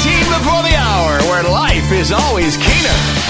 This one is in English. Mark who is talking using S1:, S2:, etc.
S1: before the hour, where life is always keener.